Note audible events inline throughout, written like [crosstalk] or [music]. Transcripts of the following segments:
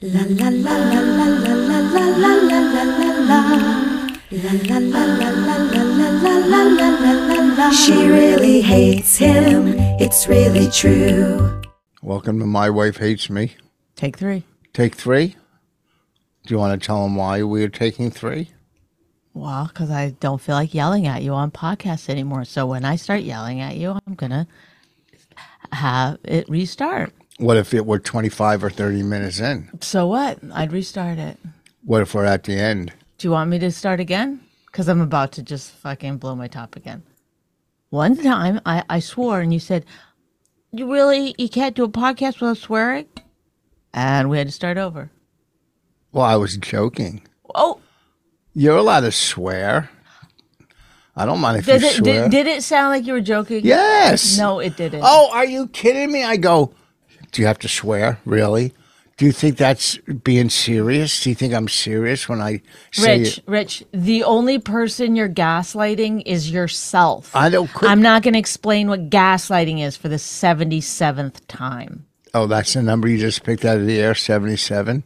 La la la la la la la la la la la la la. La la la la la la la la la la la la la. She really hates him. It's really true. Welcome to My Wife Hates Me. Take three. Take three. Do you want to tell them why we're taking three? Well, because I don't feel like yelling at you on podcasts anymore. So when I start yelling at you, I'm going to have it restart. What if it were 25 or 30 minutes in? So what? I'd restart it. What if we're at the end? Do you want me to start again? Because I'm about to just fucking blow my top again. One time I, I swore and you said, You really, you can't do a podcast without swearing? And we had to start over. Well, I was joking. Oh, You're allowed to swear. I don't mind if did you it, swear. did, did it sound like you were joking? yes. No, it didn't. Oh, are you kidding me? I go, do you have to swear? Really? Do you think that's being serious? Do you think I'm serious when I say Rich, it? Rich, the only person you're gaslighting is yourself. I don't quit- I'm not going to explain what gaslighting is for the 77th time. Oh, that's the number you just picked out of the air, 77?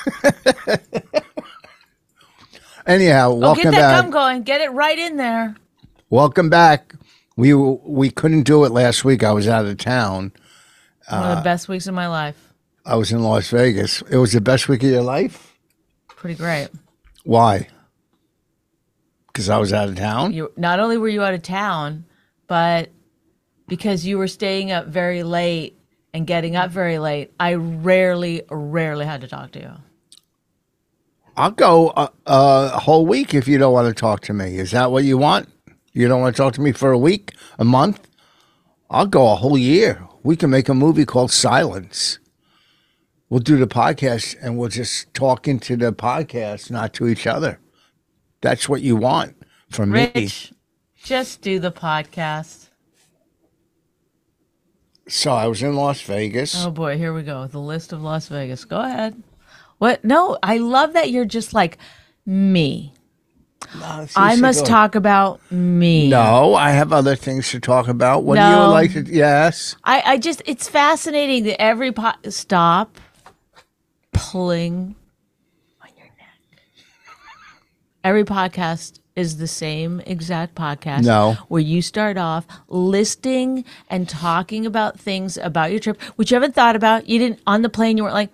[laughs] Anyhow, Oh, get welcome that back. gum going. Get it right in there. welcome back. We we couldn't do it last week. I was out of town. Uh, One of the best weeks of my life. I was in Las Vegas. It was the best week of your life? Pretty great. Why? Cuz I was out of town? You not only were you out of town, but because you were staying up very late and getting up very late, I rarely, rarely had to talk to you. I'll go a, a whole week if you don't want to talk to me. Is that what you want? You don't want to talk to me for a week, a month? I'll go a whole year. We can make a movie called Silence. We'll do the podcast and we'll just talk into the podcast, not to each other. That's what you want from me. Rich, just do the podcast. So I was in Las Vegas. Oh boy, here we go. The list of Las Vegas. Go ahead. What? No, I love that you're just like me. Oh, I must talk about me. No, I have other things to talk about. What do you No. like to? Yes. I, I just, it's fascinating that every po- stop pulling on your neck. Every podcast is the same exact podcast. No. Where you start off listing and talking about things about your trip, which you haven't thought about. You didn't, on the plane, you weren't like,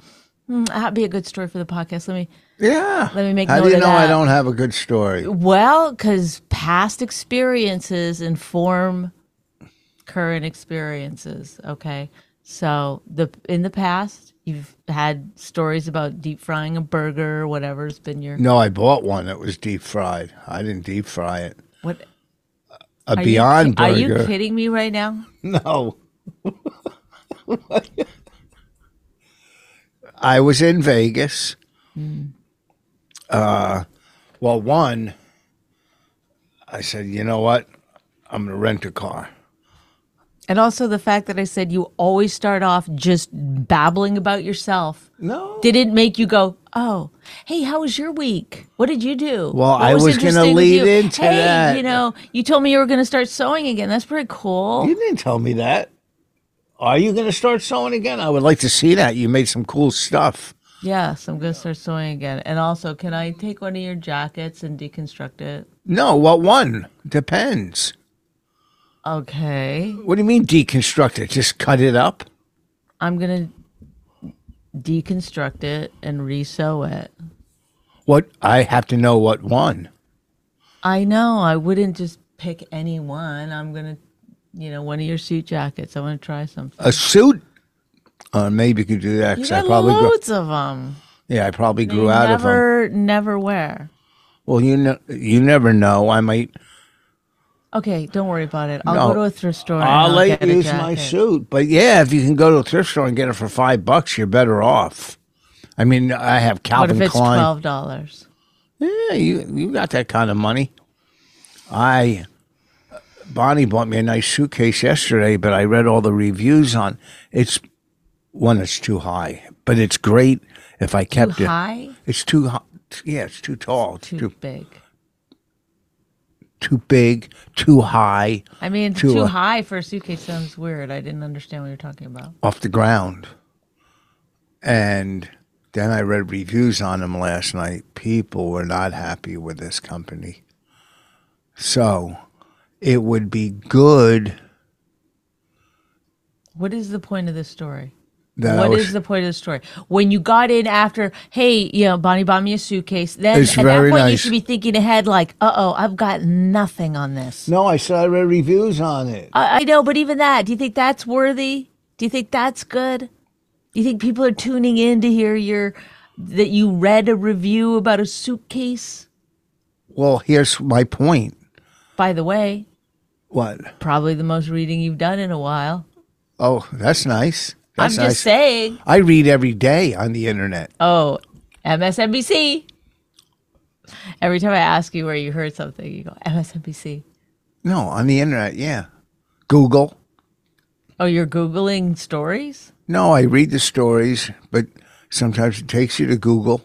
hmm, that'd be a good story for the podcast. Let me, Yeah. Let me make How note do you of know I that. don't have a good story? Well, because past experiences inform current experiences. Okay, so the in the past you've had stories about deep frying a burger or whatever's been your No, I bought one that was deep fried. I didn't deep fry it. what. A Are you Beyond ki- Burger. Are you kidding me right now? [laughs] No. I was in Vegas. Uh, well, one, I said, you know what? I'm going to rent a car. And also the fact that I said you always start off just babbling about yourself No. did it make you go, "Oh, hey, how was your week? What did you do?" Well, What I was gonna interesting with lead you? into hey, that. You know, you told me you were going to start sewing again. That's pretty cool. You didn't tell me that. Are you going to start sewing again? I would like to see that. You made some cool stuff. Yes, I'm going to start sewing again. And also, can I take one of your jackets and deconstruct it? No, what one? Depends. Okay, What do you mean deconstruct it? Just cut it up? I'm going to deconstruct it and resew it. What? I have to know what one. I know. I wouldn't just pick any one. I'm going to, you know, one of your suit jackets. I want to try something. a suit. Uh, maybe you could do that. You 'cause got I probably grew, loads of 'em. of them. yeah, I probably grew out of them. never, never wear. Well, you know, you never know. I might. Okay, don't worry about it. I'll No. go to a thrift store. and I'll, let get a you use my jacket. suit, but yeah, if you can go to a thrift store and get it for five bucks, you're better off. I mean, I have What Calvin if it's Klein. twelve dollars? Yeah, you you got that kind of money. I Bonnie bought me a nice suitcase yesterday, but I read all the reviews on it's one. It's too high, but it's great if I kept it. High, It's too high. Yeah, it's too tall. It's too, too big. too big, too high, I mean, too, too, uh, high for a suitcase sounds weird. I didn't understand what you're talking about. off the ground. And then I read reviews on them last night. People were not happy with this company. So it would be good What is the point of this story? that Uh, I What was, is the point of the story? When you got in after, hey, you know, Bonnie bought me a suitcase. Then It's at very that point, you nice. should be thinking ahead, like, uh oh, I've got nothing on this. No, I said I read reviews on it. I, I know, but even that, do you think that's worthy? Do you think that's good? Do you think people are tuning in to hear your that you read a review about a suitcase? Well, here's my point. By the way, What? probably the most reading you've done in a while. Oh, that's nice. I'm That's just nice. saying. I read every day on the internet. Oh, MSNBC. Every time I ask you where you heard something, you go MSNBC. No, on the internet, yeah. Google. Oh, you're googling stories. No, I read the stories, but sometimes it takes you to Google.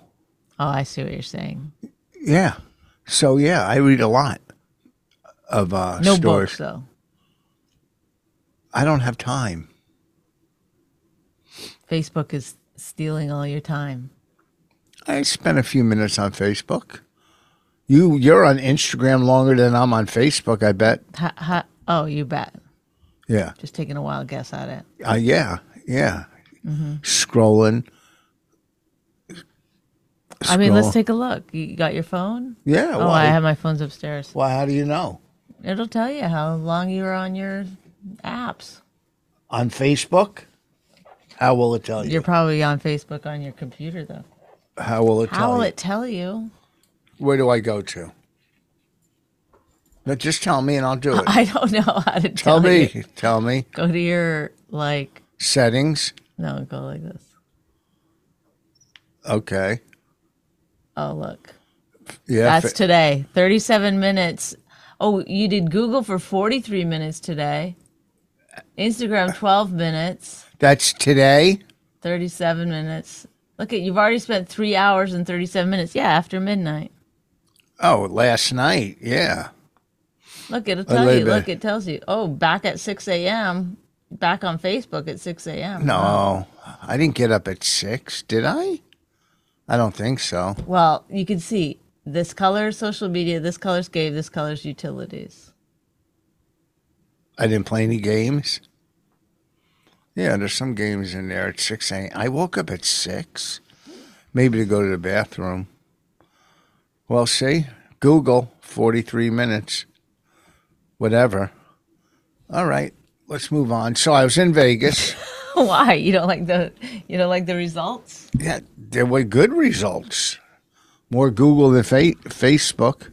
Oh, I see what you're saying. Yeah. So yeah, I read a lot of uh No stories. books though. I don't have time. Facebook is stealing all your time. I spent a few minutes on Facebook. You you're on Instagram longer than I'm on Facebook, I bet. Ha, ha, oh, you bet. Yeah. Just taking a wild guess at it. Uh, yeah. Yeah. Mm-hmm. Scrolling. I mean, let's Scroll. take a look. You got your phone? Yeah. Oh, I why, have my phones upstairs. why how do you know? It'll tell you how long you were on your apps. On Facebook? How will it tell you? You're probably on Facebook on your computer though. How will it tell How will you? it tell you? [laughs] Where do I go to? No, just tell me and I'll do it. I don't know how to tell tell, me. you. Tell me. Go to your like Settings. no, go like this. Okay. Oh look. Yeah. That's fa- today. 37 minutes. Oh, you did Google for 43 minutes today. Instagram 12 minutes, that's today. 37 minutes. Look at you've already spent 3 hours and 37 minutes. Yeah, after midnight. Oh, last night. Yeah. Look, it'll tell lay you. back. Look, it tells you. Oh, back at 6 a.m. Back on Facebook at 6 a.m. No, I didn't get up at six, did I? I don't think so. Well, you can see this color is social media, this color's game, this color's utilities. [laughs] I didn't play any games. Yeah, there's some games in there at six a.m. I woke up at six, maybe to go to the bathroom. Well, see, Google forty-three minutes, whatever. All right, let's move on. So I was in [laughs] Vegas. Why? You don't like the you don't like the results? Yeah, there were good results. More Google than fa- Facebook.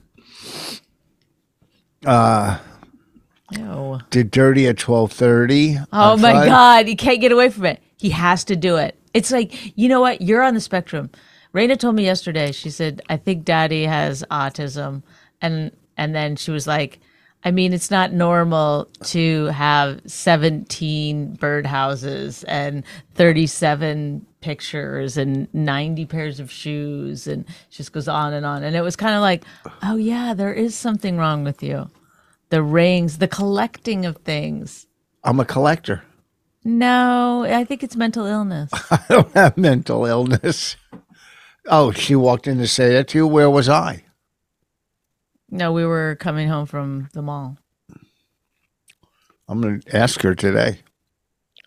No. Did dirty at twelve thirty. Oh my God, he can't get away from it. He has to do it. It's like, you know what? You're on the spectrum. Raina told me yesterday, she said, I think daddy has autism. And and then she was like, I mean, it's not normal to have 17 birdhouses and 37 pictures and 90 pairs of shoes. And she just goes on and on. And it was kind of like, oh, yeah, there is something wrong with you. The rings, the collecting of things. I'm a collector. No, I think it's mental illness. [laughs] I don't have mental illness. Oh, she walked in to say that to you. Where was I? [laughs] no, we were coming home from the mall. I'm going to ask her today.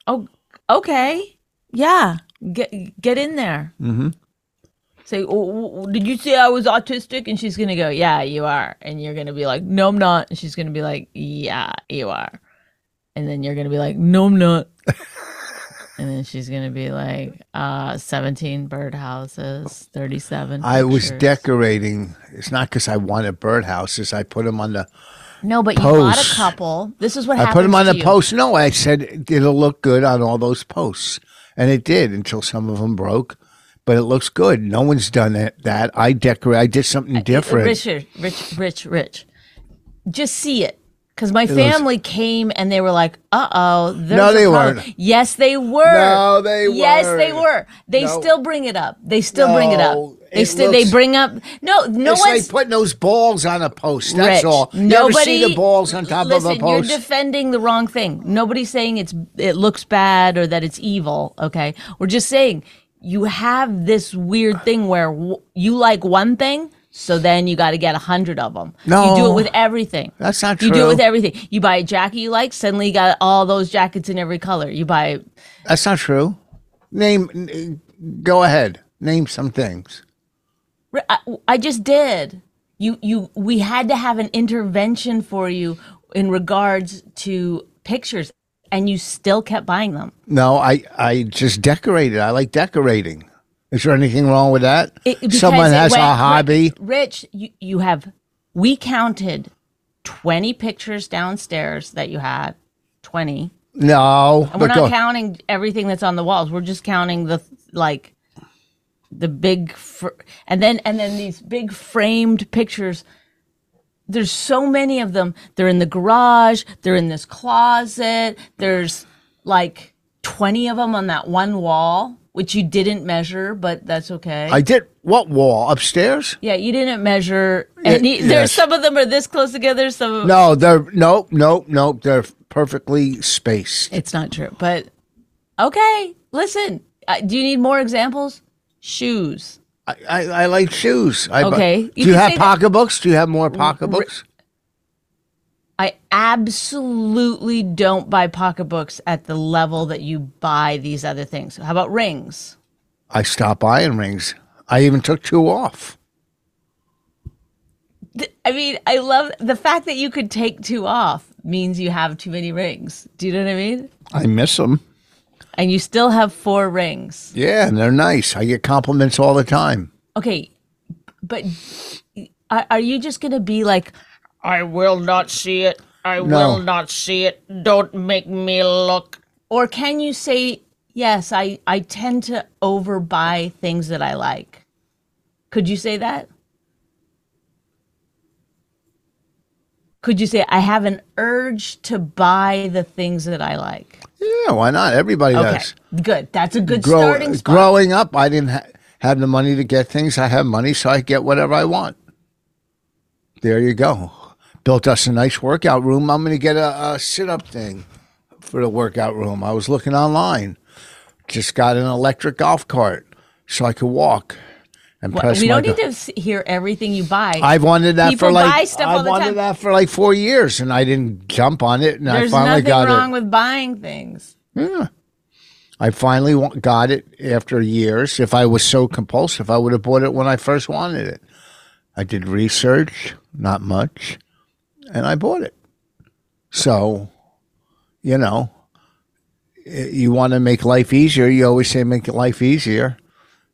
Oh, okay. Yeah, get get in there. Mm-hmm. Say, oh, did you say I was autistic? And she's gonna go, yeah, you are. And you're gonna be like, no, I'm not. And she's gonna be like, yeah, you are. And then you're gonna be like, no, I'm [laughs] not. and then she's gonna be like, uh, 17 birdhouses, 37. I was pictures." decorating. It's not because I wanted birdhouses. I put them on the. No, but you bought a posts. couple. This is what I put them happens on to the you. post. No, I said it'll look good on all those posts, and it did until some of them broke. But it looks good. No one's done it, that. I decorate. I did something different. Richard, Rich, Rich, Rich. Just see it. Because my family came and they were like, uh oh. No, they weren't. Yes, they were. No, they Yes, they weren't. were. They No. still bring it up. They still bring it up. No, They it still looks- they bring up. No, no it's one's. like putting those balls on a post. That's Rich, all. You Nobody ever see the balls on top listen, of a post? You're defending the wrong thing. Nobody's saying it's it looks bad or that it's evil. Okay, we're just saying you have this weird thing where w- you like one thing, so then you got to get a hundred of them. you do No. it with everything. That's not You do true. it with everything. You buy a jacket you like, suddenly you got all those jackets in every color. You buy That's not true. Name. n- Go ahead. Name some things. Re- I, I just did. You you we had to have an intervention for you in regards to pictures and you still kept buying them. No, I I just decorated. I like decorating. Is there anything wrong with that? It- Someone because it has went- a hobby. Rich, you, you have we counted 20 pictures downstairs that you had. 20. No, And but we're not go- counting everything that's on the walls. We're just counting the like the big fr- and then and then these big framed pictures. There's so many of them. They're in the garage. They're in this closet. There's like 20 of them on that one wall, which you didn't measure, but that's okay. I did what wall upstairs? yeah, you didn't measure. And Ye- yes. There's some of them are this close together. Some of No, they're nope, nope, nope. They're perfectly spaced. It's not true, but okay. Listen, uh, do you need more examples? Shoes. I, I, I like shoes. I, bu- Okay, you Do you can have say that- pocketbooks? Do you have more pocketbooks? I absolutely don't buy pocketbooks at the level that you buy these other things. How about rings? I stopped buying rings. I even took two off. Th- I mean, I love the fact that you could take two off means you have too many rings. Do you know what I mean? I miss them. And you still have four rings. Yeah, and they're nice. I get compliments all the time. Okay, but are are you just going to be like, I will not see it. I will not see it. Don't make me look. or can you say yes i i tend to overbuy things that i like could you say that could you say i have an urge to buy the things that i like Yeah, why not? Everybody okay does. good that's a good Grow- starting spot growing up, I didn't ha- have the money to get things. I have money, so I get whatever I want. There you go. Built us a nice workout room. I'm going to get a, a sit up thing for the workout room. I was looking online. Just got an electric golf cart so I could walk and Well, press we my don't need go- to s- hear everything you buy I've wanted that People for like buy stuff all I've the wanted time. that for like four years, and I didn't jump on it, and there's I finally got nothing wrong it. with buying things I finally wa- got it after years. If I was so compulsive, I would have bought it when I first wanted it. I did research, not much, and I bought it. So, you know, i- you want to make life easier. You always say make life easier.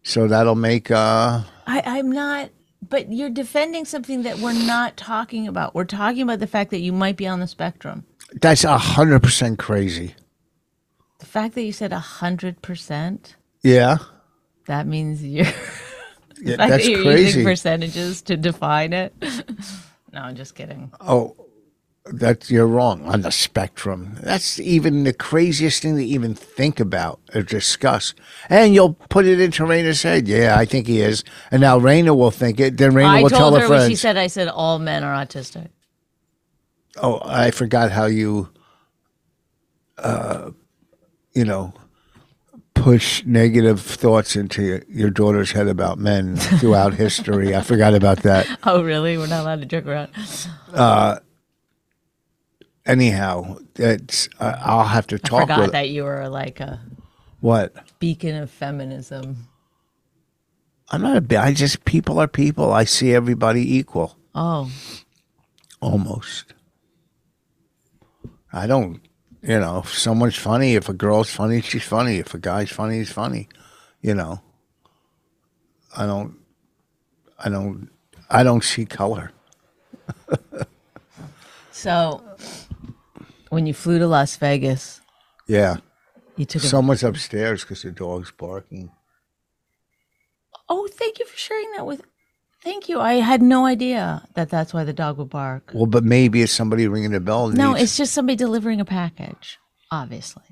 So that'll make uh, I, I'm not, but you're defending something that we're not talking about. We're talking about the fact that you might be on the spectrum. that's a hundred percent crazy. The fact that you said 100%, Yeah, that means you're, [laughs] Yeah, I that's think you're crazy. using percentages to define it. [laughs] no, I'm just kidding. Oh, that's you're wrong on the spectrum. That's even the craziest thing to even think about or discuss. And you'll put it into Raina's head. Yeah, I think he is. And now Raina will think it. Then Raina I will tell told her her when she friends. said, I said, all men are autistic. oh, I forgot how you, uh, you know, push negative thoughts into your, your daughter's head about men throughout history. I forgot about that. [laughs] Oh, really? We're not allowed to joke around. Anyhow, it's uh, I'll have to talk Forgot with that you were like a what. beacon of feminism. I'm not a bit. I just people are people. I see everybody equal Oh, almost. I don't, you know, if someone's funny, if a girl's funny, she's funny. If a guy's funny, he's funny. You know, I don't, I don't, I don't see color. so when you flew to Las Vegas, Yeah, you took a someone's upstairs because the dog's barking. Oh, thank you for sharing that with. Thank you. I had no idea that that's why the dog would bark. Well, but maybe it's somebody ringing the bell. and No, needs- it's just somebody delivering a package, obviously.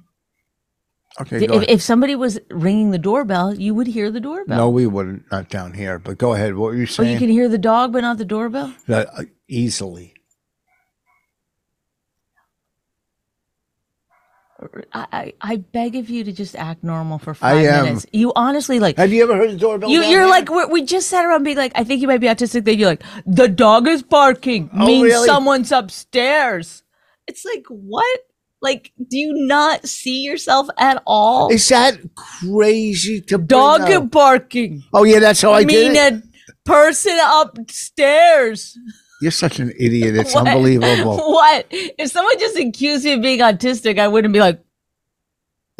okay. Go If, ahead. if somebody was ringing the doorbell, you would hear the doorbell. no, we wouldn't. Not down here. But go ahead. What were you Or saying? you can hear the dog, but not the doorbell? That, uh, easily. I, I, I beg of you to just act normal for I five am. minutes. You honestly like Have you ever heard the doorbell? you down you're there? like we we just sat around being like I think you might be autistic. Then you're like the dog is barking Oh, means really? someone's upstairs. It's like what? Like do you not see yourself at all? Is that crazy to bring dog up? barking Oh yeah, that's how I did mean uh, it. a person upstairs. You're such an idiot. It's What? [laughs] unbelievable. What? If someone just accused me of being autistic, I wouldn't be like,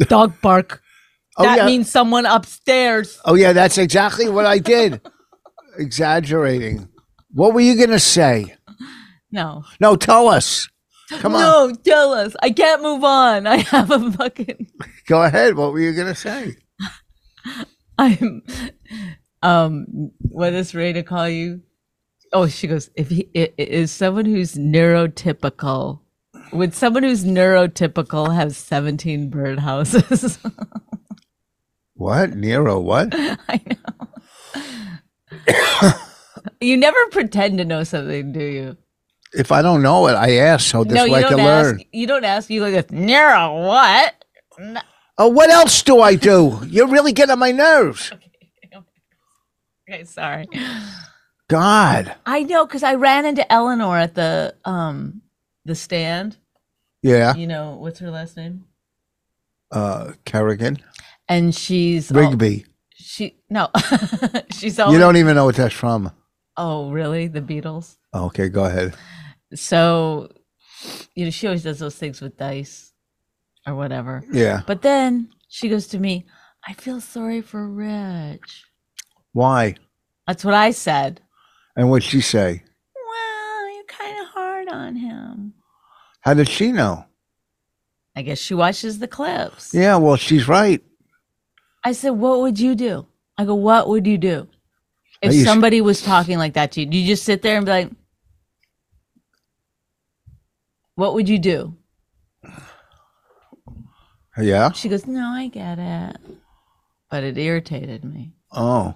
dog bark. [laughs] Oh that yeah. means someone upstairs. oh yeah, that's exactly what I did. Exaggerating. What were you gonna say? No. No, tell us. Come on. No, tell us. I can't move on. [laughs] I have a fucking. Go ahead. What were you gonna say? I'm. Um, what is Ray to call you? Oh, she goes. If he i- i- is someone who's neurotypical, would someone who's neurotypical have seventeen birdhouses? [laughs] What? Nero, what? [laughs] I know. [coughs] you never pretend to know something, do you? If I don't know it, I ask so this no, you way I don't can ask. learn. You don't ask. You like a Nero. What? Oh, what else do I do? You're really getting on my nerves. Okay, sorry. God. I know because I ran into Eleanor at the um the stand. Yeah. You know what's her last name? Uh Kerrigan. And she's all- Rigby. she no, [laughs] she's always. You don't even know what that's from. oh, really? The Beatles. Okay, go ahead. So, you know, she always does those things with dice or whatever. Yeah. But then she goes to me, I feel sorry for Rich. Why? That's what I said. And what'd she say? Well, you're kind of hard on him. How did she know? I guess she watches the clips. Yeah, well, she's right. I said, What would you do? I go, What would you do? If Are you s- somebody was talking like that to you, do you just sit there and be like, What would you do? Yeah. She goes, No, I get it. But it irritated me. Oh.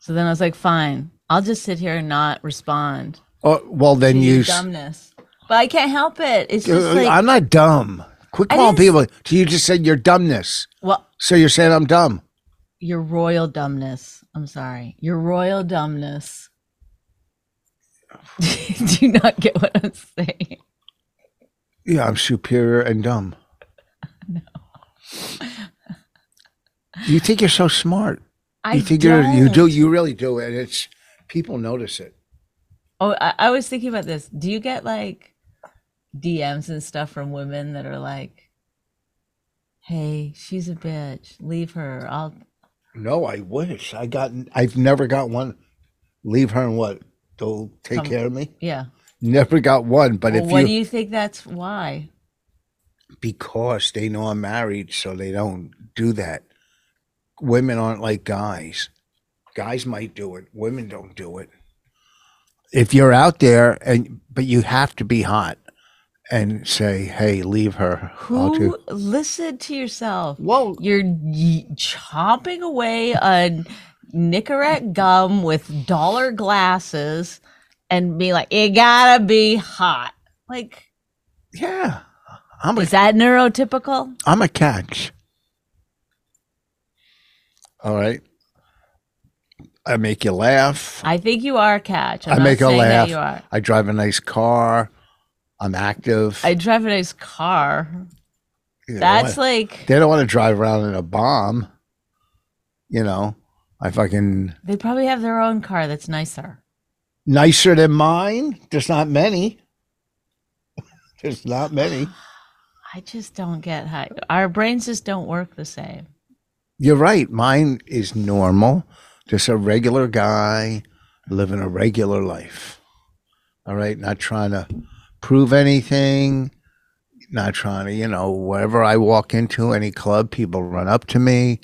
So then I was like, Fine, I'll just sit here and not respond. Oh, well, then to your you. s- dumbness. But I can't help it. It's just Uh, like I'm not dumb. Quit I calling didn't people. So you just said your dumbness. well, So you're saying I'm dumb. your royal dumbness. I'm sorry, your royal dumbness. [laughs] Do you not get what I'm saying? Yeah, I'm superior and dumb. no. you think you're so smart. I you think you're you do don't. you really do, and it's people notice it. Oh, I, I was thinking about this. Do you get like DMs and stuff from women that are like, "Hey, she's a bitch. Leave her. I'll." No, I wish I got. I've never got one. Leave her and what? They'll take Come- care of me. Yeah. Never got one, but Well, if what you, do you think that's why? because they know I'm married, so they don't do that. Women aren't like guys. Guys might do it. Women don't do it. If you're out there and but you have to be hot and say, "Hey, leave her." I'll Who do- listen to yourself? Well, You're y- chopping away a Nicorette gum with dollar glasses and be like, you gotta be hot. Like, yeah. I'm a is that neurotypical? I'm a catch. All right. I make you laugh. I think you are a catch. I'm I not make her saying laugh. That you are. I drive a nice car. I'm active. I drive a nice car. you know, That's I- like, they don't want to drive around in a bomb. You know, I fucking they probably have their own car that's nicer. nicer than mine. There's not many. [laughs] There's not many. I just don't get how our brains just don't work the same. You're right. Mine is normal. Just a regular guy living a regular life. All right. Not trying to prove anything. Not trying to, you know, wherever I walk into any club, people run up to me.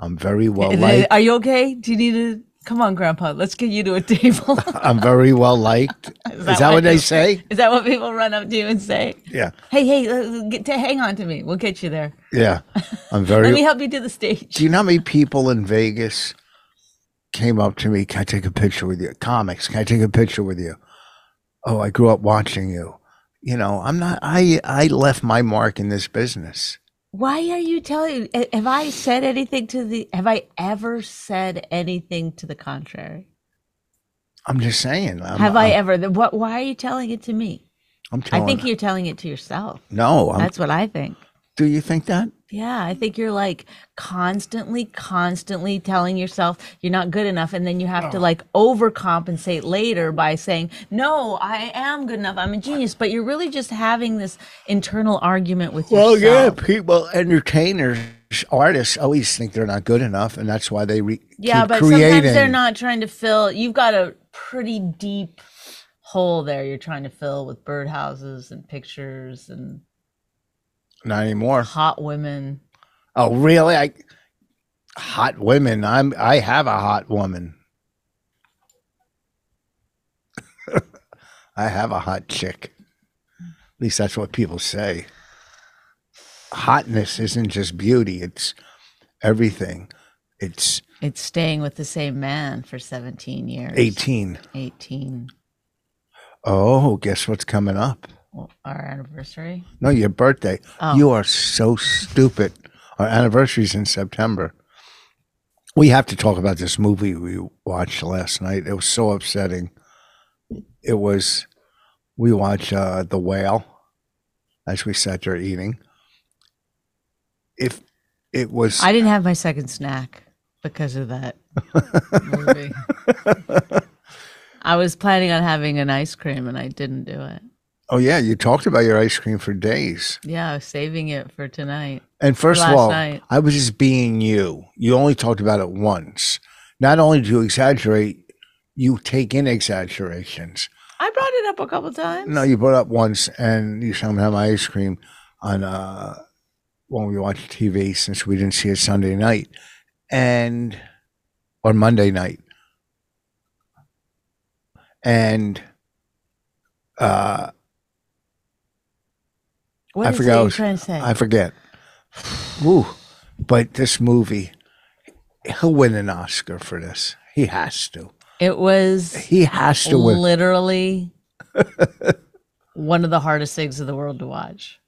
I'm very well liked. Are you okay? Do you need to come on, Grandpa? Let's get you to [laughs] a table. I'm very well [laughs] liked. Is that, what they say? Is that what people run up to you and say? Yeah. Hey, hey, uh, get to hang on to me. We'll get you there. Yeah. I'm Let me very. help you to the stage. Do you know how many people in Vegas came up to me? Can I take a picture with you? Comics, can I take a picture with you? Oh, I grew up watching you. You know, I'm not. I I left my mark in this business. Why are you telling? eh, Have I said anything to the? Have I ever said anything to the contrary? I'm just saying. I'm, Have I I'm, ever? then What? Why are you telling it to me? I'm I telling. think you're telling it to yourself. No, I'm, That's what I think. do you think that? Yeah, I think you're like constantly, constantly telling yourself you're not good enough. And then you have to like overcompensate later by saying, no, I am good enough. I'm a genius. But you're really just having this internal argument with Well, yeah, yourself. people, entertainers, artists always think they're not good enough, and that's why they re- Yeah, keep but creating. sometimes they're not trying to fill, you've got a pretty deep hole there you're trying to fill with birdhouses and pictures and Not anymore. hot women. Oh, really? I hot women. I'm. I have a hot woman. [laughs] I have a hot chick. At least that's what people say. Hotness isn't just beauty; it's everything. It's It's staying with the same man for 17 years. eighteen. 18. Oh, guess what's coming up? Well, our anniversary. No, your birthday. Oh. You are so stupid. Our anniversary's in September. We have to talk about this movie we watched last night. It was so upsetting. It was we watch uh, the whale as we sat there eating. If it was I didn't have my second snack because of that movie. I was planning on having an ice cream and I didn't do it. oh yeah, you talked about your ice cream for days. Yeah, I was saving it for tonight. And first last of all, night. I was just being you. You only talked about it once. Not only do you exaggerate, you take in exaggerations. I brought it up a couple times. No, you brought up once, and you said I'm gonna have my ice cream on uh, when we watched TV since we didn't see it Sunday night, and or Monday night, and uh, What I is it forgot I you're was- trying to say? I forget. Woo. But this movie, he'll win an Oscar for this. He has to. it was He has to win. literally [laughs] one of the hardest things in the world to watch.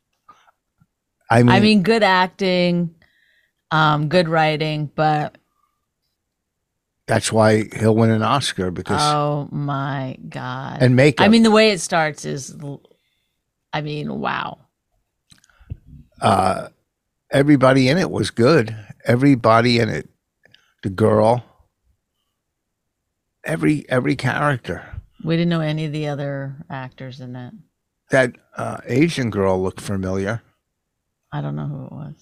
I mean, I mean, good acting, um, good writing, but that's why he'll win an Oscar because oh my god! and makeup. I mean, the way it starts is, l- I mean, wow. uh, everybody in it was good. Everybody in it, the girl, every every character. We didn't know any of the other actors in that. That uh, Asian girl looked familiar. I don't know who it was.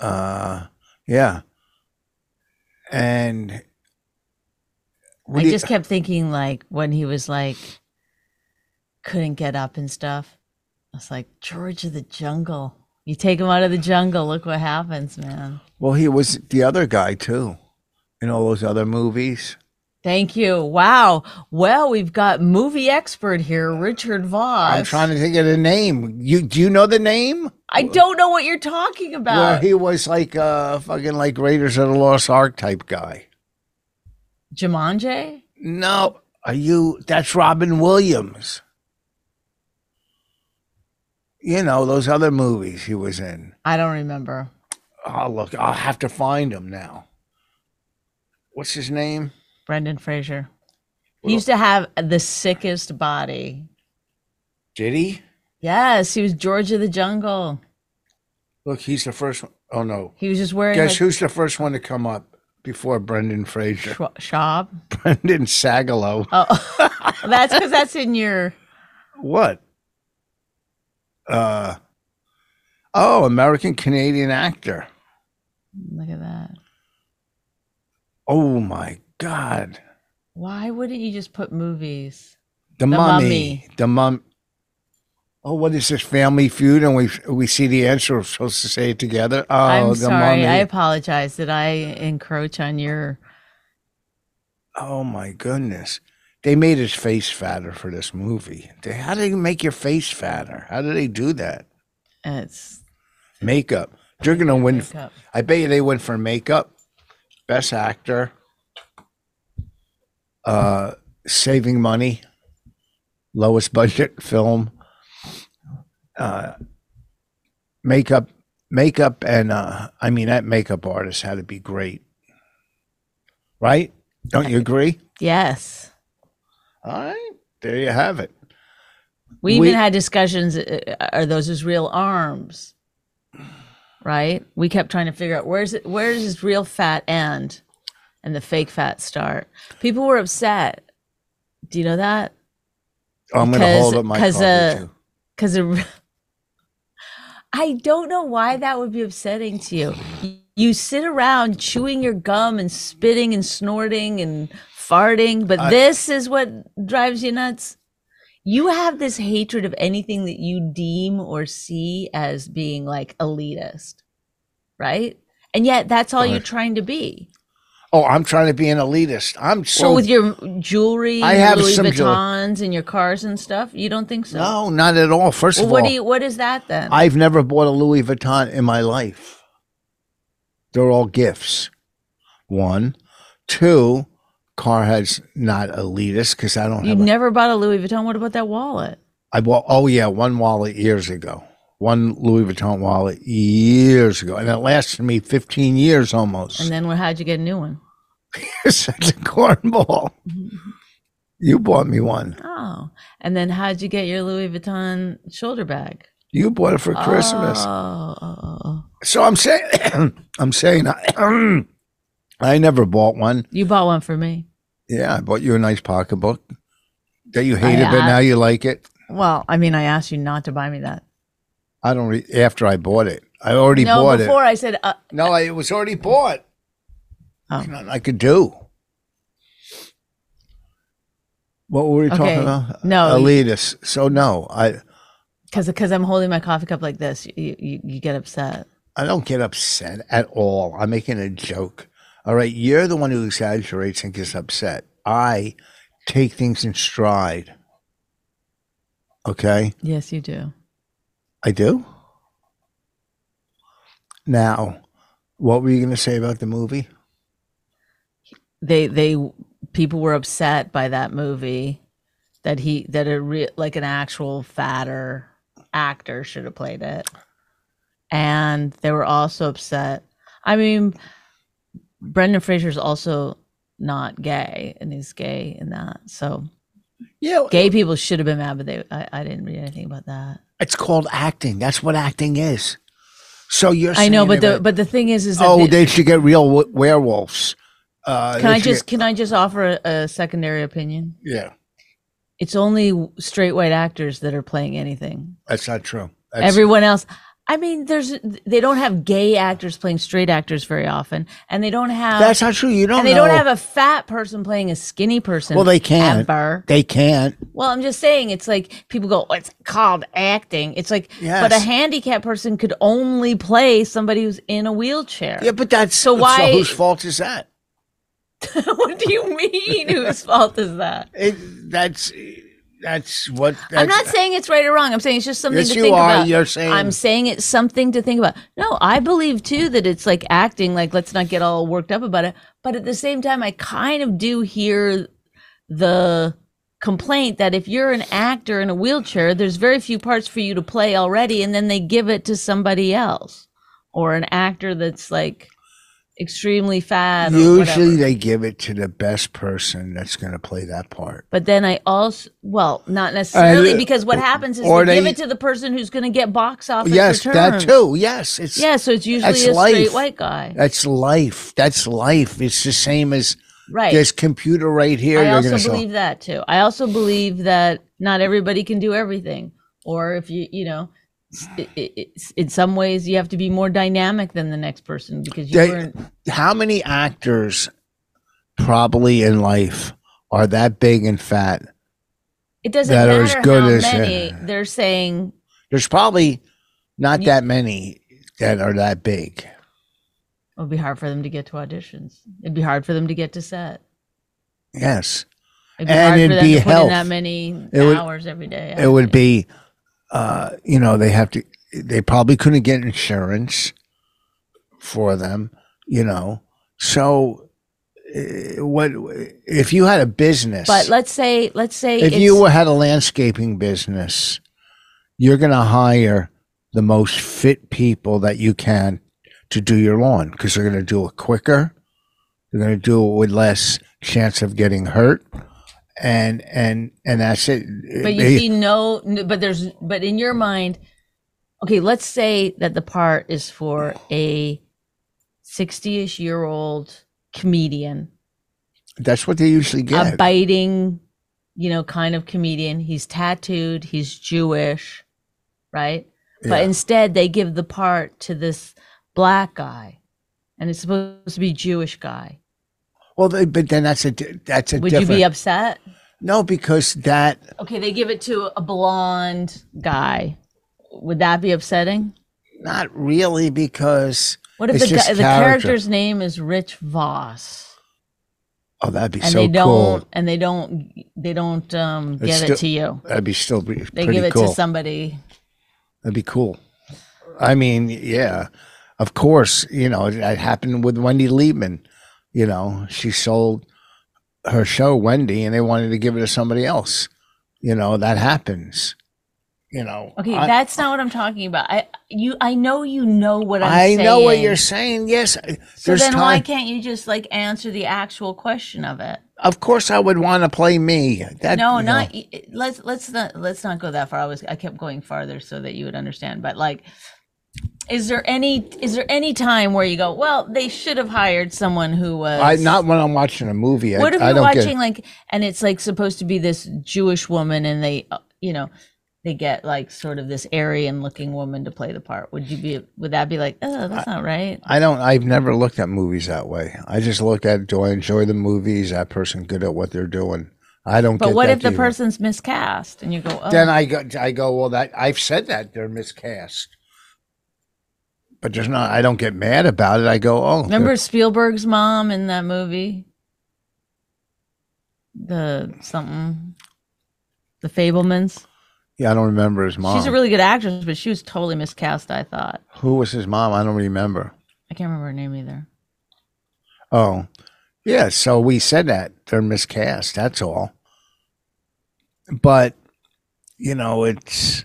Uh, yeah, and what I do you- just kept thinking, like, when he was like, couldn't get up and stuff. I was like, George of the jungle. You take him out of the jungle. Look what happens, man. well, he was the other guy too, in all those other movies. Thank you. Wow. Well, we've got movie expert here, Richard Voss. I'm trying to think of the name. You do you know the name? I don't know what you're talking Where about. he was like uh fucking like Raiders of the Lost Ark type guy. Jumanji? No, are you? That's Robin Williams. You know those other movies he was in. I don't remember. Oh look, I'll have to find him now. What's his name? Brendan Fraser. He used to have the sickest body. Did he? Yes, he was George of the Jungle. Look, he's the first one. Oh no! He was just wearing Guess like who's the first one to come up before Brendan Fraser? Schwa- Schwab. Brendan Sagalow. Oh, [laughs] that's because that's in your. What? Uh. Oh, American Canadian actor. Look at that. Oh my God. Why wouldn't you just put movies? The, mummy. The mum. Oh, what is this Family Feud? And we we see the answer. We're supposed to say it together. Oh, I'm the sorry. mummy. I apologize that I encroach on your. oh my goodness. They made his face fatter for this movie. They, how do they make your face fatter? How do they do that? It's Makeup. They're gonna win. makeup. I bet you they went for makeup, best actor, uh, saving money, [laughs] lowest budget film, uh, makeup, makeup and uh, I mean that makeup artist had to be great, right? Don't you agree? Yes. All right, there you have it. We, We- even had discussions uh, are those his real arms? Right? We kept trying to figure out where's it where does his real fat end and the fake fat start? People were upset. Do you know that? Oh, I'm going to hold Because- up my because, card uh, with you. Cuz I don't know why that would be upsetting to you. You sit around chewing your gum and spitting and snorting and farting, but I- this is what drives you nuts. You have this hatred of anything that you deem or see as being like elitist, right? And yet that's all you're Right. trying to be. Oh, I'm trying to be an elitist. I'm so well, with your jewelry, I and have Louis some jewelry. Vuittons, and your cars and stuff, you don't think so? no, not at all. First Well, of what all, do you? What is that then? I've never bought a Louis Vuitton in my life. They're all gifts. One, two. Car has not elitist because I don't you have. a- never bought a Louis Vuitton. What about that wallet? I bought. Oh yeah, one wallet years ago. One Louis Vuitton wallet years ago, and it lasted me 15 years almost. [laughs] And then what, how'd you get a new one? You're such a cornball. Mm-hmm. You bought me one. Oh, and then how'd you get your Louis Vuitton shoulder bag? You bought it for Christmas. Oh, oh, oh, oh. So I'm saying, [coughs] I'm saying, I, never bought one. you bought one for me. Yeah, I bought you a nice pocketbook that you hated, I- but I- now you like it. Well, I mean, I asked you not to buy me that. I don't. Re- after I bought it, I already no, bought before it. I said, uh, No, I, it was already bought. Oh. Nothing I could do. What were we Okay. talking about? No, you- elitist. So no, I because because I'm holding my coffee cup like this, you you, you get upset. I don't get upset at all. I'm making a joke. All right, you're the one who exaggerates and gets upset. I take things in stride. Okay, Yes, you do. I do. Now, what were you going to say about the movie? They they people were upset by that movie that he that a re, like an actual fatter actor should have played it, and they were also upset. I mean, Brendan Fraser's also not gay, and he's gay in that. So Yeah, gay people should have been mad, but they I, I didn't read anything about that. it's called acting. That's what acting is. So you're. I know, saying but the about- but the thing is, is that oh, the- they should get real w- werewolves. Uh, Can they I should just can I just offer a, a secondary opinion? get- yeah, It's only w- straight white actors that are playing anything. that's not true. That's, Everyone else, I mean, there's they don't have gay actors playing straight actors very often, and they don't have that's not true. You don't. and they know. don't have a fat person playing a skinny person. Well, they can. ever. They can't. Well, I'm just saying, it's like people go, "Oh, it's called acting. It's like, but a Yes. handicapped person could only play somebody who's in a wheelchair. Yeah, but that's So why- whose fault is that? [laughs] what do you mean? Whose fault [laughs] is that? It, that's that's what. That's, I'm not saying it's right or wrong. I'm saying it's just something Yes, to you think are. about. You're saying- I'm saying it's something to think about. No, I believe too that it's like acting. Like let's not get all worked up about it. But at the same time, I kind of do hear the complaint that if you're an actor in a wheelchair, there's very few parts for you to play already, and then they give it to somebody else or an actor that's like extremely fat. Or whatever. Usually, they give it to the best person that's going to play that part. But then I also, well, not necessarily uh, because what happens is or they, give they- it to the person who's going to get box office yes, that returns. too. Yes, it's Yeah, so it's usually That's a life. straight white guy, that's life. That's life. It's the same as right? this computer right here. I they're also gonna sell. believe that too. I also believe that not everybody can do everything, or if you, you know, s- i- i- it's- in some ways you have to be more dynamic than the next person because you They- weren't. how many actors probably in life are that big and fat? It doesn't that matter are as good how as- uh, many they're saying. There's probably not Ye- that many that are that big. It would be hard for them to get to auditions. It'd be hard for them to get to set. Yes. It'd be And hard it'd for them be to put health. in that many It would- hours every day. It would be, uh, you know, they have to, they probably couldn't get insurance for them, you know. So, eh, what if you had a business? But let's say, let's say if it's, you had a landscaping business, you're going to hire the most fit people that you can to do your lawn because they're going to do it quicker. They're going to do it with less chance of getting hurt. And and and that's it. But you They- see, no, n- but there's, but in your mind, okay, let's say that the part is for a 60 ish year old comedian, that's what they usually a get. biting, you know, kind of comedian. He's tattooed, he's Jewish, right? Yeah. But instead, they give the part to this black guy, and it's supposed to be Jewish guy. well, they, but then that's a di- that's a Would different. you be upset? no, because that Okay, they give it to a blonde guy. Would that be upsetting? not really because What if It's the, just guy, the character. character's name is Rich Voss, oh that'd be and so they don't, cool. and they don't, they don't um, give still- it to you. That'd be still be They pretty give it cool. to somebody. That'd be cool. I mean, yeah, of course, you know, that happened with Wendy Liebman. You know, she sold her show, Wendy, and they wanted to give it to somebody else. You know, that happens. You know, Okay, I, that's not what I'm talking about. I, you, I know you know what I'm I saying. know what you're saying. Yes. So there's then, time. why can't you just like answer the actual question of it? of course, I would want to play me. That, no, you know, not y- let's let's not let's not go that far. I was I kept going farther so that you would understand. But like, is there any is there any time where you go, well, they should have hired someone who was I, not when I'm watching a movie. I- What if I, you're don't watching get. like, and it's like supposed to be this Jewish woman, and they, uh, you know, they get like sort of this Aryan looking woman to play the part? Would you be? Would that be like, oh, that's not right? I don't. I've never looked at movies that way. I just look at do I enjoy the movie? Is that person good at what they're doing? I don't. But get what that if the deal. person's miscast, and you go, oh, Then I go. I go. Well, that I've said that they're miscast. But there's not. I don't get mad about it. I go. Oh, remember Spielberg's mom in that movie, the something, the Fablemans. Yeah, I don't remember his mom. She's a really good actress, but she was totally miscast. I thought Who was his mom? I don't remember. I can't remember her name either. Oh, yeah. So we said that they're miscast. That's all. But you know, it's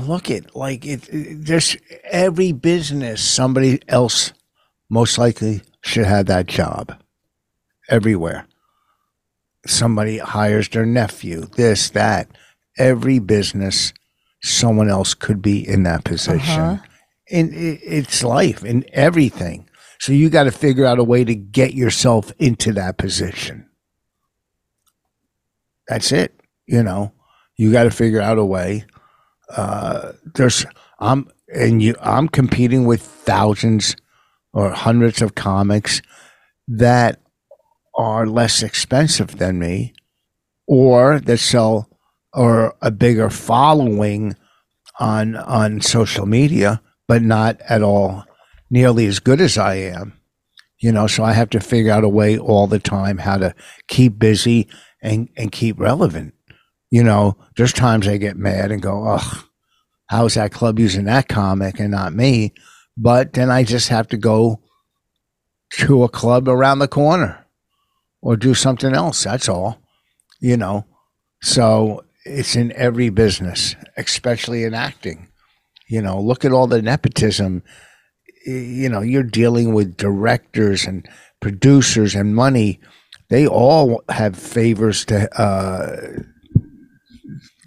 look at like it, it. There's every business somebody else most likely should have that job. Everywhere, somebody hires their nephew. This, that. Every business, someone else could be in that position. Uh-huh. And it, it's life in everything. So you got to figure out a way to get yourself into that position. That's it. You know, you got to figure out a way. Uh, there's I'm and you I'm competing with thousands or hundreds of comics that are less expensive than me, or that sell or a bigger following on on social media, but not at all nearly as good as I am. You know, so I have to figure out a way all the time how to keep busy and, and keep relevant. You know, there's times I get mad and go, oh, how's that club using that comic and not me? But then I just have to go to a club around the corner or do something else. That's all, you know. So it's in every business, especially in acting. You know, look at all the nepotism you know you're dealing with directors and producers and money they all have favors to uh,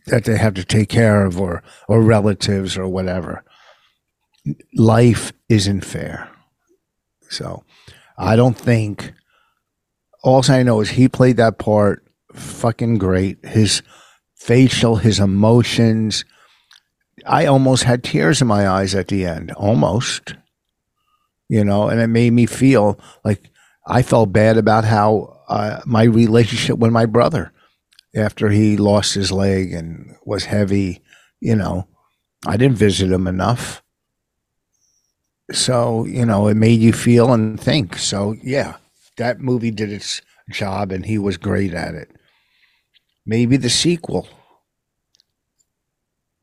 that they have to take care of or or relatives or whatever life isn't fair so i don't think all i know is he played that part fucking great his facial his emotions i almost had tears in my eyes at the end almost you know, and it made me feel like I felt bad about how uh, my relationship with my brother after he lost his leg and was heavy, you know, I didn't visit him enough. So, you know, it made you feel and think. So, yeah, that movie did its job and he was great at it. Maybe the sequel.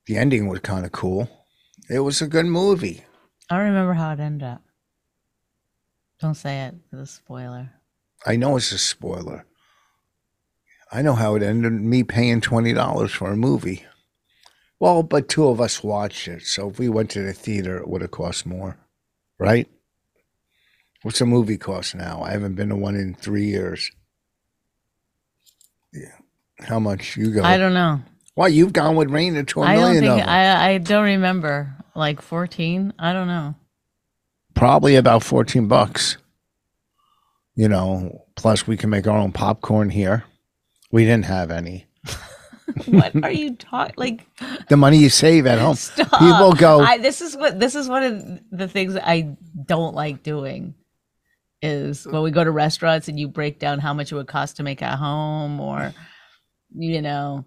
The ending was kind of cool. It was a good movie. I don't remember how it ended up. Don't say it. It's a spoiler. I know it's a spoiler. I know how it ended me paying $20 for a movie. Well, but two of us watched it, so if we went to the theater, it would have cost more, right? What's a movie cost now? I haven't been to one in three years. Yeah, how much you go? I don't know. Why you've gone with Raina to a I don't million think of them? I I don't remember. Like 14? I don't know. Probably about fourteen bucks. You know, plus we can make our own popcorn here. We didn't have any. What are you talking like The money you save at home, [laughs] Stop. people go. I, this is what this is one of the things I don't like doing is when we go to restaurants and you break down how much it would cost to make at home or you know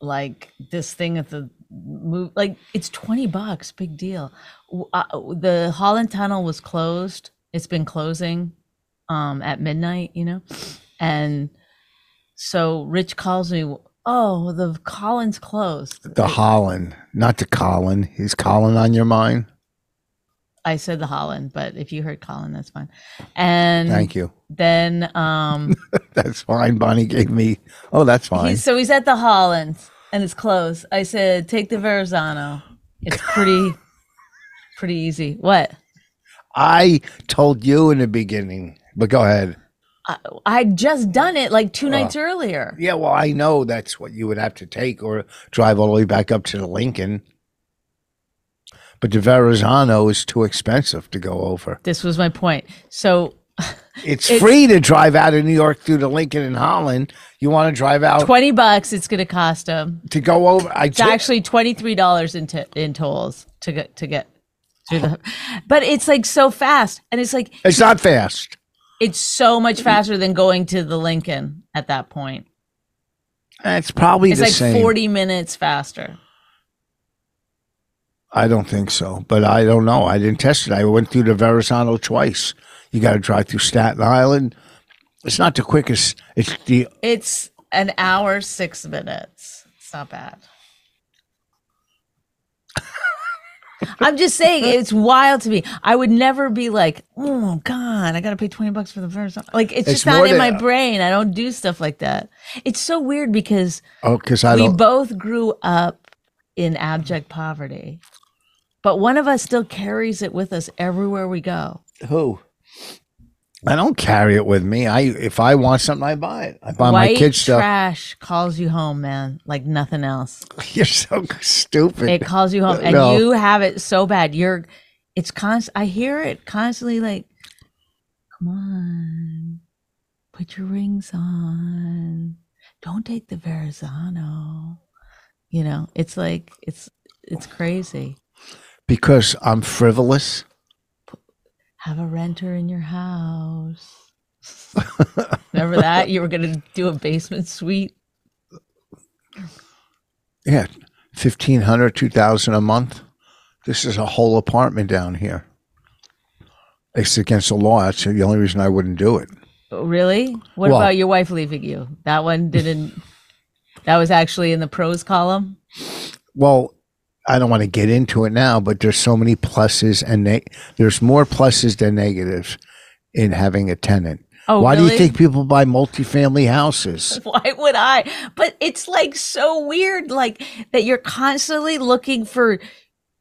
like this thing at the move like it's 20 bucks big deal W- uh, the holland tunnel was closed it's been closing um at midnight you know and so rich calls me oh the collins closed the Holland, not the Colin. Is Colin on your mind? I said the Holland, but if you heard Colin, that's fine. And Thank you. then um That's fine. Bonnie gave me. Oh, that's [laughs] fine. he's so he's at the Holland and it's close. I said, take the Verrazano. It's [laughs] pretty pretty easy. What? I told you in the beginning, but go ahead. I, I'd just done it like two nights earlier. Uh. Yeah, well, I know that's what you would have to take or drive all the way back up to the Lincoln. But the Verrazano is too expensive to go over. This was my point. So It's, It's- free to drive out of New York through the Lincoln and Holland. You want to drive out twenty bucks it's gonna cost him. to go over? I It's actually twenty three dollars in t- in tolls to get to get to the [laughs] but it's like so fast and it's like it's not fast. it's so Mm-hmm. much faster than going to the Lincoln at that point. It's probably It's the like same. 40 minutes faster. I don't think so, but I don't know. I didn't test it. I went through the Verrazano twice. You got to drive through Staten Island. It's not the quickest. It's the It's an hour, six minutes. It's [laughs] not bad. I'm just saying, it's wild to me. I would never be like, oh, God, I got to pay 20 bucks for the first. one." Like, it's, just more not than- in my brain. I don't do stuff like that. It's so weird because oh, because I we don't. both grew up in abject poverty, but one of us still carries it with us everywhere we go. Who? I don't carry it with me. I if I want something, I buy it. I buy my White kids stuff. trash calls you home, man, like nothing else. [laughs] You're so stupid. It calls you home, and No. you have it so bad. You're, it's const. I hear it constantly. Like, come on, put your rings on. Don't take the Verrazano. You know, it's like it's it's crazy. because I'm frivolous. Have a renter in [laughs] your house. Remember that you were gonna do a basement suite. Yeah, fifteen hundred, two thousand a month. This is a whole apartment down here. It's against the law. That's the only reason I wouldn't do it. Oh, Really? What Well- about your wife leaving you? That one didn't. that was actually in the pros column. [laughs] well i don't want to get into it now but there's so many pluses and ne- there's more pluses than negatives in having a tenant Oh, why do really? you think people buy multifamily houses Why would I? But it's like so weird, like that you're constantly looking for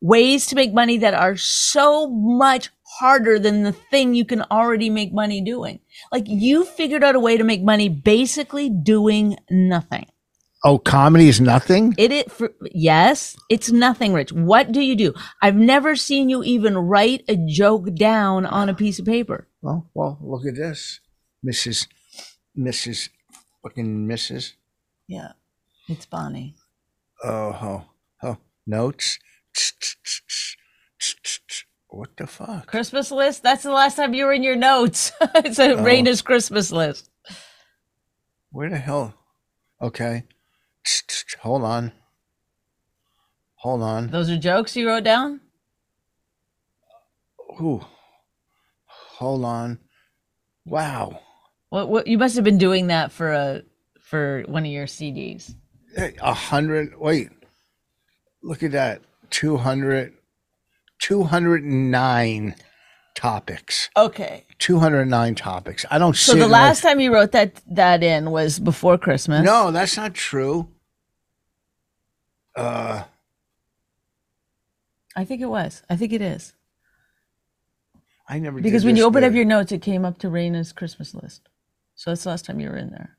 ways to make money that are so much harder than the thing you can already make money doing. Like you figured out a way to make money basically doing nothing. oh comedy is nothing It it for, yes, it's nothing, Rich. What do you do? I've never seen you even write a joke down on a piece of paper. well well look at this mrs mrs fucking mrs Yeah, it's Bonnie. oh oh oh notes what the fuck Christmas list. That's the last time you were in your notes. [laughs] it's Oh. a Raina's Christmas list. Where the hell? Okay. Hold on. Hold on. Those are jokes you wrote down. Ooh. Hold on. Wow. What what you must have been doing that for a for one of your CDs. Hey, A hundred. Wait. Look at that. 200. 209 topics. Okay. 209 topics. I don't So sit the and last time you wrote that that in was before Christmas. Like, no, that's not true. Uh, I think it was. I think it is. I never did Because when this you open up bit. your notes, it came up to Raina's Christmas list. So that's the last time you were in there.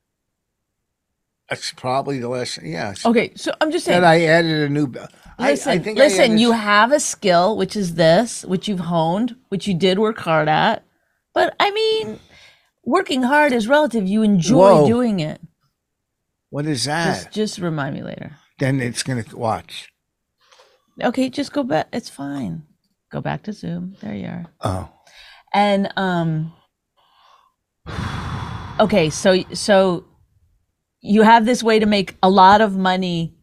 That's probably the last. Yes. Okay, so I'm just saying. That I added a new. b- I- Oh, listen, I, think I listen. added- you have a skill, which is this, which you've honed, which you did work hard at. But I mean, working hard is relative. You enjoy Whoa. Ah. doing it. What is Just, that? just remind me later. then it's gonna watch. Okay, just go back. It's fine. Go back to Zoom. There you are. Oh, And um [sighs] okay, so so you have this way to make a lot of money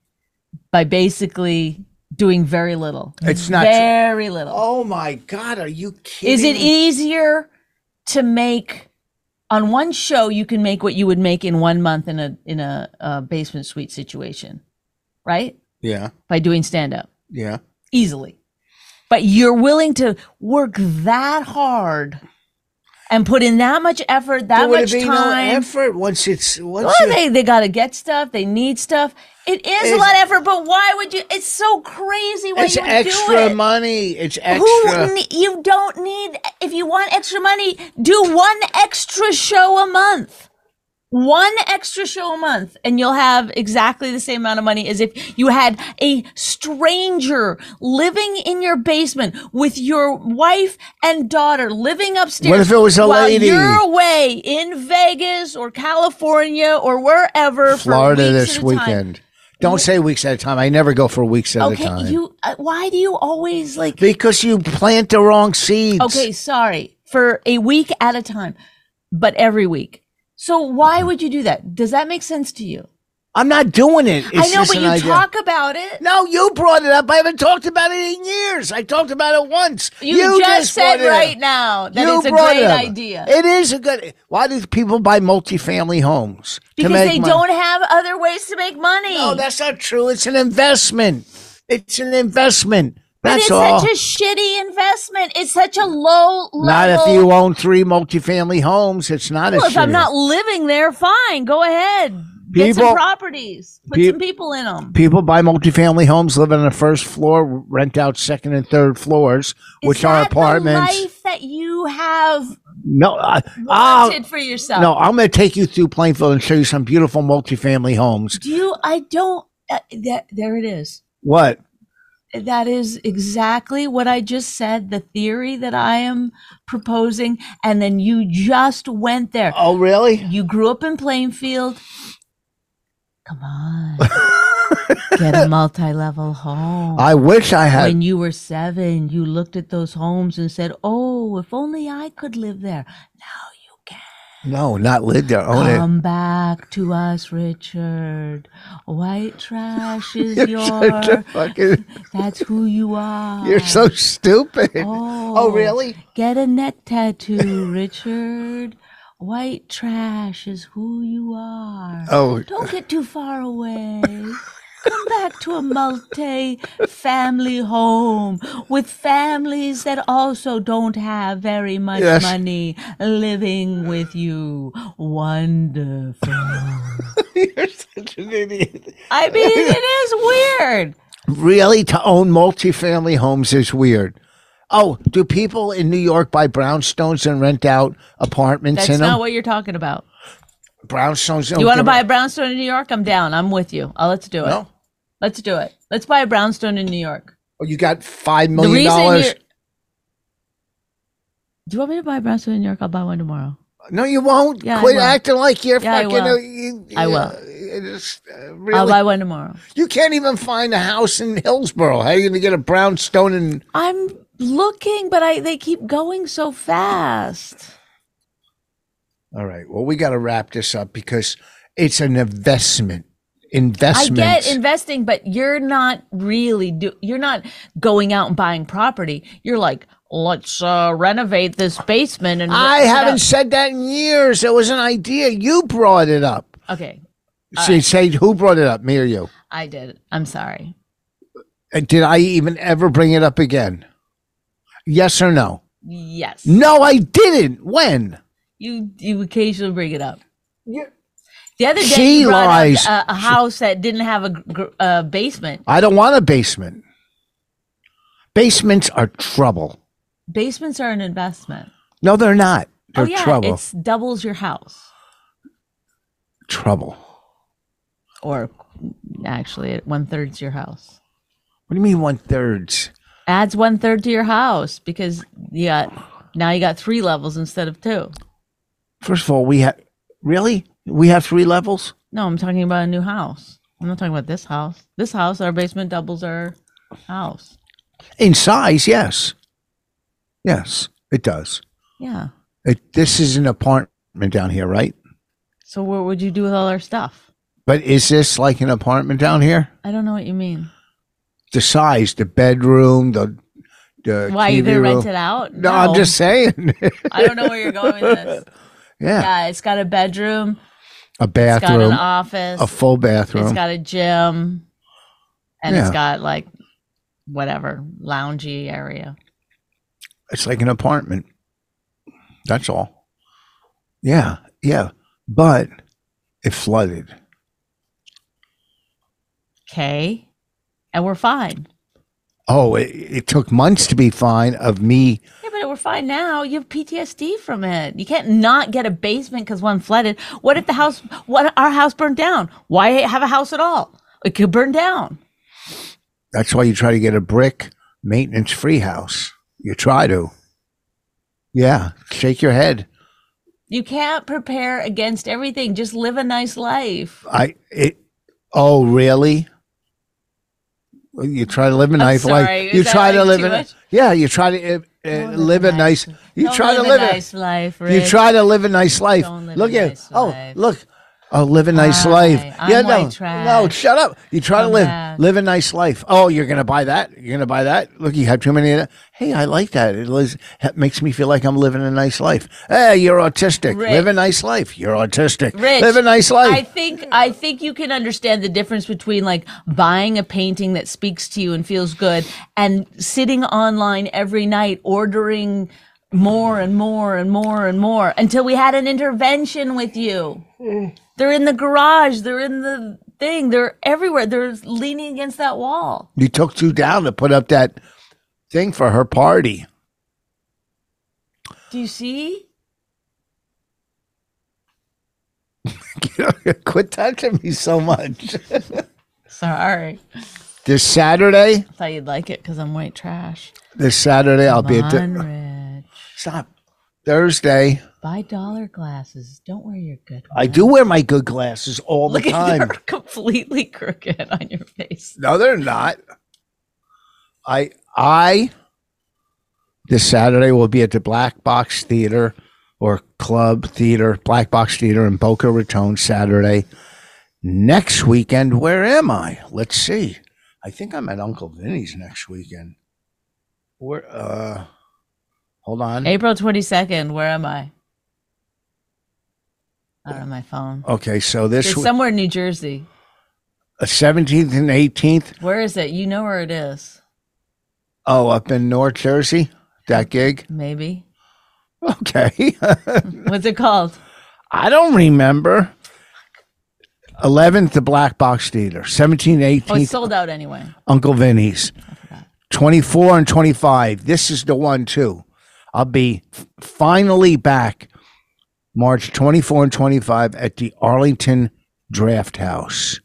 by basically doing very little. it's not. very little. oh my God! Are you kidding? Is it easier to make on one show you can make what you would make in one month in a in a, a basement suite situation, right? yeah. By doing stand up Yeah. easily. But you're willing to work that hard and put in that much effort, that There would much be time. no effort once it's once. Well, it- they they gotta get stuff. They need stuff. It is a It's- lot of effort, but why would you? It's so crazy why it's you would extra do it. money. It's extra. Who ne- you don't need? If you want extra money, do one extra show a month. One extra show a month, and you'll have exactly the same amount of money as if you had a stranger living in your basement with your wife and daughter living upstairs. What if it was a while lady? You're away in Vegas or California or wherever. for Florida weeks this at a time. weekend. Don't say weeks at a time. I never go for weeks at a Okay, time. you. Uh, why do you always like? because you plant the wrong seeds. Okay, sorry. For a week at a time, but every week. So Hmm. why would you do that? Does that make sense to you? I'm not doing it. It's I know, just but an you idea. talk about it. No, you brought it up. I haven't talked about it in years. I talked about it once. You, just, said brought it up. right now that You it's a brought great it up. idea. It is a good. Why do people buy multifamily homes? To because make they money. don't have other ways to make money. No, that's not true. It's an investment. It's an investment. but That's it's all. such a shitty investment. It's such a low level. not if you own three multifamily homes. It's not Well, a if I'm shitty- not living there, fine. Go ahead. Get some People- properties. Put Pe- some people in them. People buy multifamily homes, live on the first floor, rent out second and third floors, which Is are that the apartments. life that you have No, I, I'll- wanted for yourself. no, I'm going to take you through Plainfield and show you some beautiful multifamily homes. Do you? I don't. Uh, that there it is. What? That is exactly what I just said. The theory that I am proposing, and then you just went there. Oh, really? You grew up in Plainfield. Come [laughs] on, get a multi-level home. I wish I had. when you were seven, you looked at those homes and said, "Oh, if only I could live there." Now you can. No, not live there. Own it. Come back to us, Richard. [laughs] White trash is [laughs] You're such a your. fucking. That's who you are. You're so stupid. Oh, Oh, really? Get a neck tattoo, Richard. White trash is who you are. Oh, Don't get too far away. Come back to a multi family home with families that also don't have very much Yes. money living with you. Wonderful. you're such an idiot. I mean, it is weird. Really, to own multifamily homes is weird. Oh, do people in New York buy brownstones and rent out apartments That's in not them? what you're talking about. brownstones. don't You want to give buy a- a brownstone in New York? I'm down. I'm with you. Uh, let's do it. Oh, No. Let's do it. Let's buy a brownstone in New York. Oh, you got five The million reason dollars. you're- Do you want me to buy a brownstone in New York? I'll buy one tomorrow. No, you won't. Yeah, I Quit will. acting like you're Yeah, I fucking. will. uh, you- I will. uh, it's, uh, I'll really, buy one tomorrow. you can't even find a house in Hillsborough. How are you going to get a brownstone in? I'm looking, but I they keep going so fast. All right. Well, we got to wrap this up because it's an investment. Investment. I get investing, but you're not really do you're not going out and buying property. You're like, let's uh, renovate this basement and I rent it haven't out." said that in years. It was an idea. You brought it up. Okay, She said, "Who brought it up? Me or you?" I did. I'm sorry. And did I even ever bring it up again? Yes or no? Yes. No, I didn't. When? You you occasionally bring it up. Yeah. The other day She you brought up lies. a, a house that didn't have a gr- gr- uh, basement. I don't want a basement Basements are trouble. Basements are an investment. No, they're not. They're oh yeah, trouble. it's doubles your house. Trouble. Or actually, one third's your house. What do you mean one thirds? Adds one third to your house because you got now you got three levels instead of two. First of all, we have really we have three levels. No, I'm talking about a new house. I'm not talking about this house. This house, our basement doubles our house. In size, yes. Yes, it does. Yeah. It, Uh, this is an apartment down here, right? So what would you do with all our stuff? But is this like an apartment down here? I don't know what you mean. The size, the bedroom, the the Why you TV gonna room. rent it out? No, I'm just saying. [laughs] [laughs] I don't know where you're going with this. yeah. Yeah, it's got a bedroom. a It's got an bathroom, office. a full It's bathroom. got a gym, and it's Yeah. got like whatever loungy area. it's like an apartment. That's all. Yeah, yeah. But it flooded. Okay, and we're fine. Oh, it, it took months to be fine of me. Yeah, but we're fine now. You have PTSD from it. You can't not get a basement because one flooded. What if the house? What our house burned down? Why have a house at all? It could burn down. That's why you try to get a brick maintenance free house. You try to. Yeah, shake your head. You can't prepare against everything. Just live a nice life. I it. Oh, really? Well, You try to live a nice sorry, life. is You that, try to like, live too in. much? Yeah, you try to uh, uh, Don't live a nice. You Don't try to live live a it. nice life. You Rich. try to live a nice life. Don't live a Look at nice oh life. look, oh live a nice Hi, life. I'm yeah, no, white trash. no, shut up. You try to I'm live bad. live a nice life. Oh, you're gonna buy that. You're gonna buy that. Look, you have too many. of that. Hey, I like that. It lives, it makes me feel like I'm living a nice life. Hey, you're autistic. Rich. Live a nice life. You're autistic. Rich, live a nice I life. think I think you can understand the difference between like buying a painting that speaks to you and feels good and sitting online every night ordering more and more and more and more until we had an intervention with you. Hmm. They're in the garage, they're in the thing, they're everywhere. They're leaning against that wall. you took two down to put up that thing for her party. [laughs] Do you see? Quit touching me so much. [laughs] Sorry. this Saturday, I thought you'd like it cuz I'm white trash. this Saturday, I'll be at. Come The, on, Rich. stop. Thursday. Buy dollar glasses. Don't wear your good I do wear my good glasses all the [laughs] Look at time. they're completely crooked on your face. [laughs] No, they're not. I I this Saturday will be at the Black Box Theater or Club Theater, Black Box Theater in Boca Raton Saturday. Next weekend, where am I? Let's see. I think I'm at Uncle Vinny's next weekend. Where uh hold on. April 22nd, where am I? Not on my phone. Okay, so this It's week, somewhere in New Jersey. 17th and 18th. Where is it? You know where it is. Oh, up in North Jersey, that gig. Maybe. Okay. [laughs] What's it called? I don't remember. 11th, the Black Box Theater. 17, Oh, it's 18th, sold out anyway. Uncle Vinny's. 24 and 25. This is the one, too. I'll be f- finally back March 24 and 25 at the Arlington Draft House.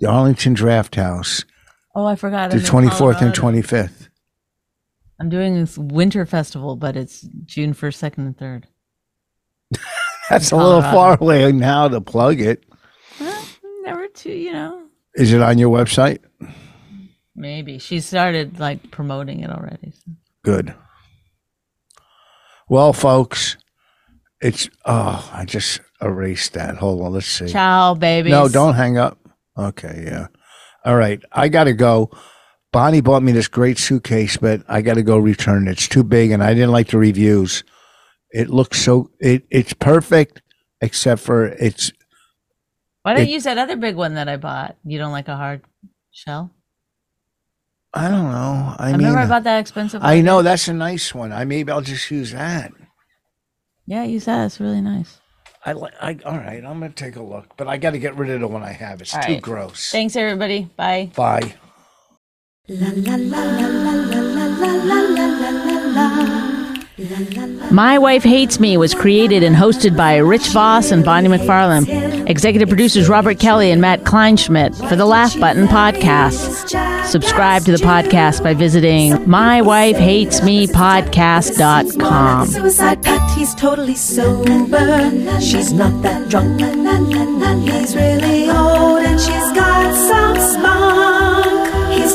The Arlington Draft House, Oh, I forgot. the I'm in 24th and Colorado. 25th. I'm doing this winter festival, but it's June 1st, 2nd, and 3rd. That's a little uh, far away now to plug it. Well, never too, you know. Is it on your website? Maybe. She started like promoting it already. so. Good. Well, folks, it's oh, I just erased that. Hold on, let's see. Ciao, babies. No, don't hang up. Okay, yeah. All right, I gotta go. Bonnie bought me this great suitcase, but I gotta go return it. It's too big, and I didn't like the reviews. It looks so it it's perfect, except for it's Why don't It- you use that other big one that I bought? You don't like a hard shell? I don't know. I, I, mean, remember I bought that expensive one. I know that's a nice one. I maybe I'll just use that. Yeah, use that. It's really nice. I like. I, all right, I'm gonna take a look, but I got to get rid of the one I have. It's All too right. gross. Thanks, everybody. Bye. Bye. My Wife Hates Me was created and hosted by Rich Voss and Bonnie McFarlane. Executive producers Robert Kelly and Matt Kleinschmidt for the Laugh Button podcast. Subscribe to the podcast by visiting mywifehatesmepodcast.com. Suicide pact, he's totally sober. She's not that drunk. He's really old and she's got some spunk. He's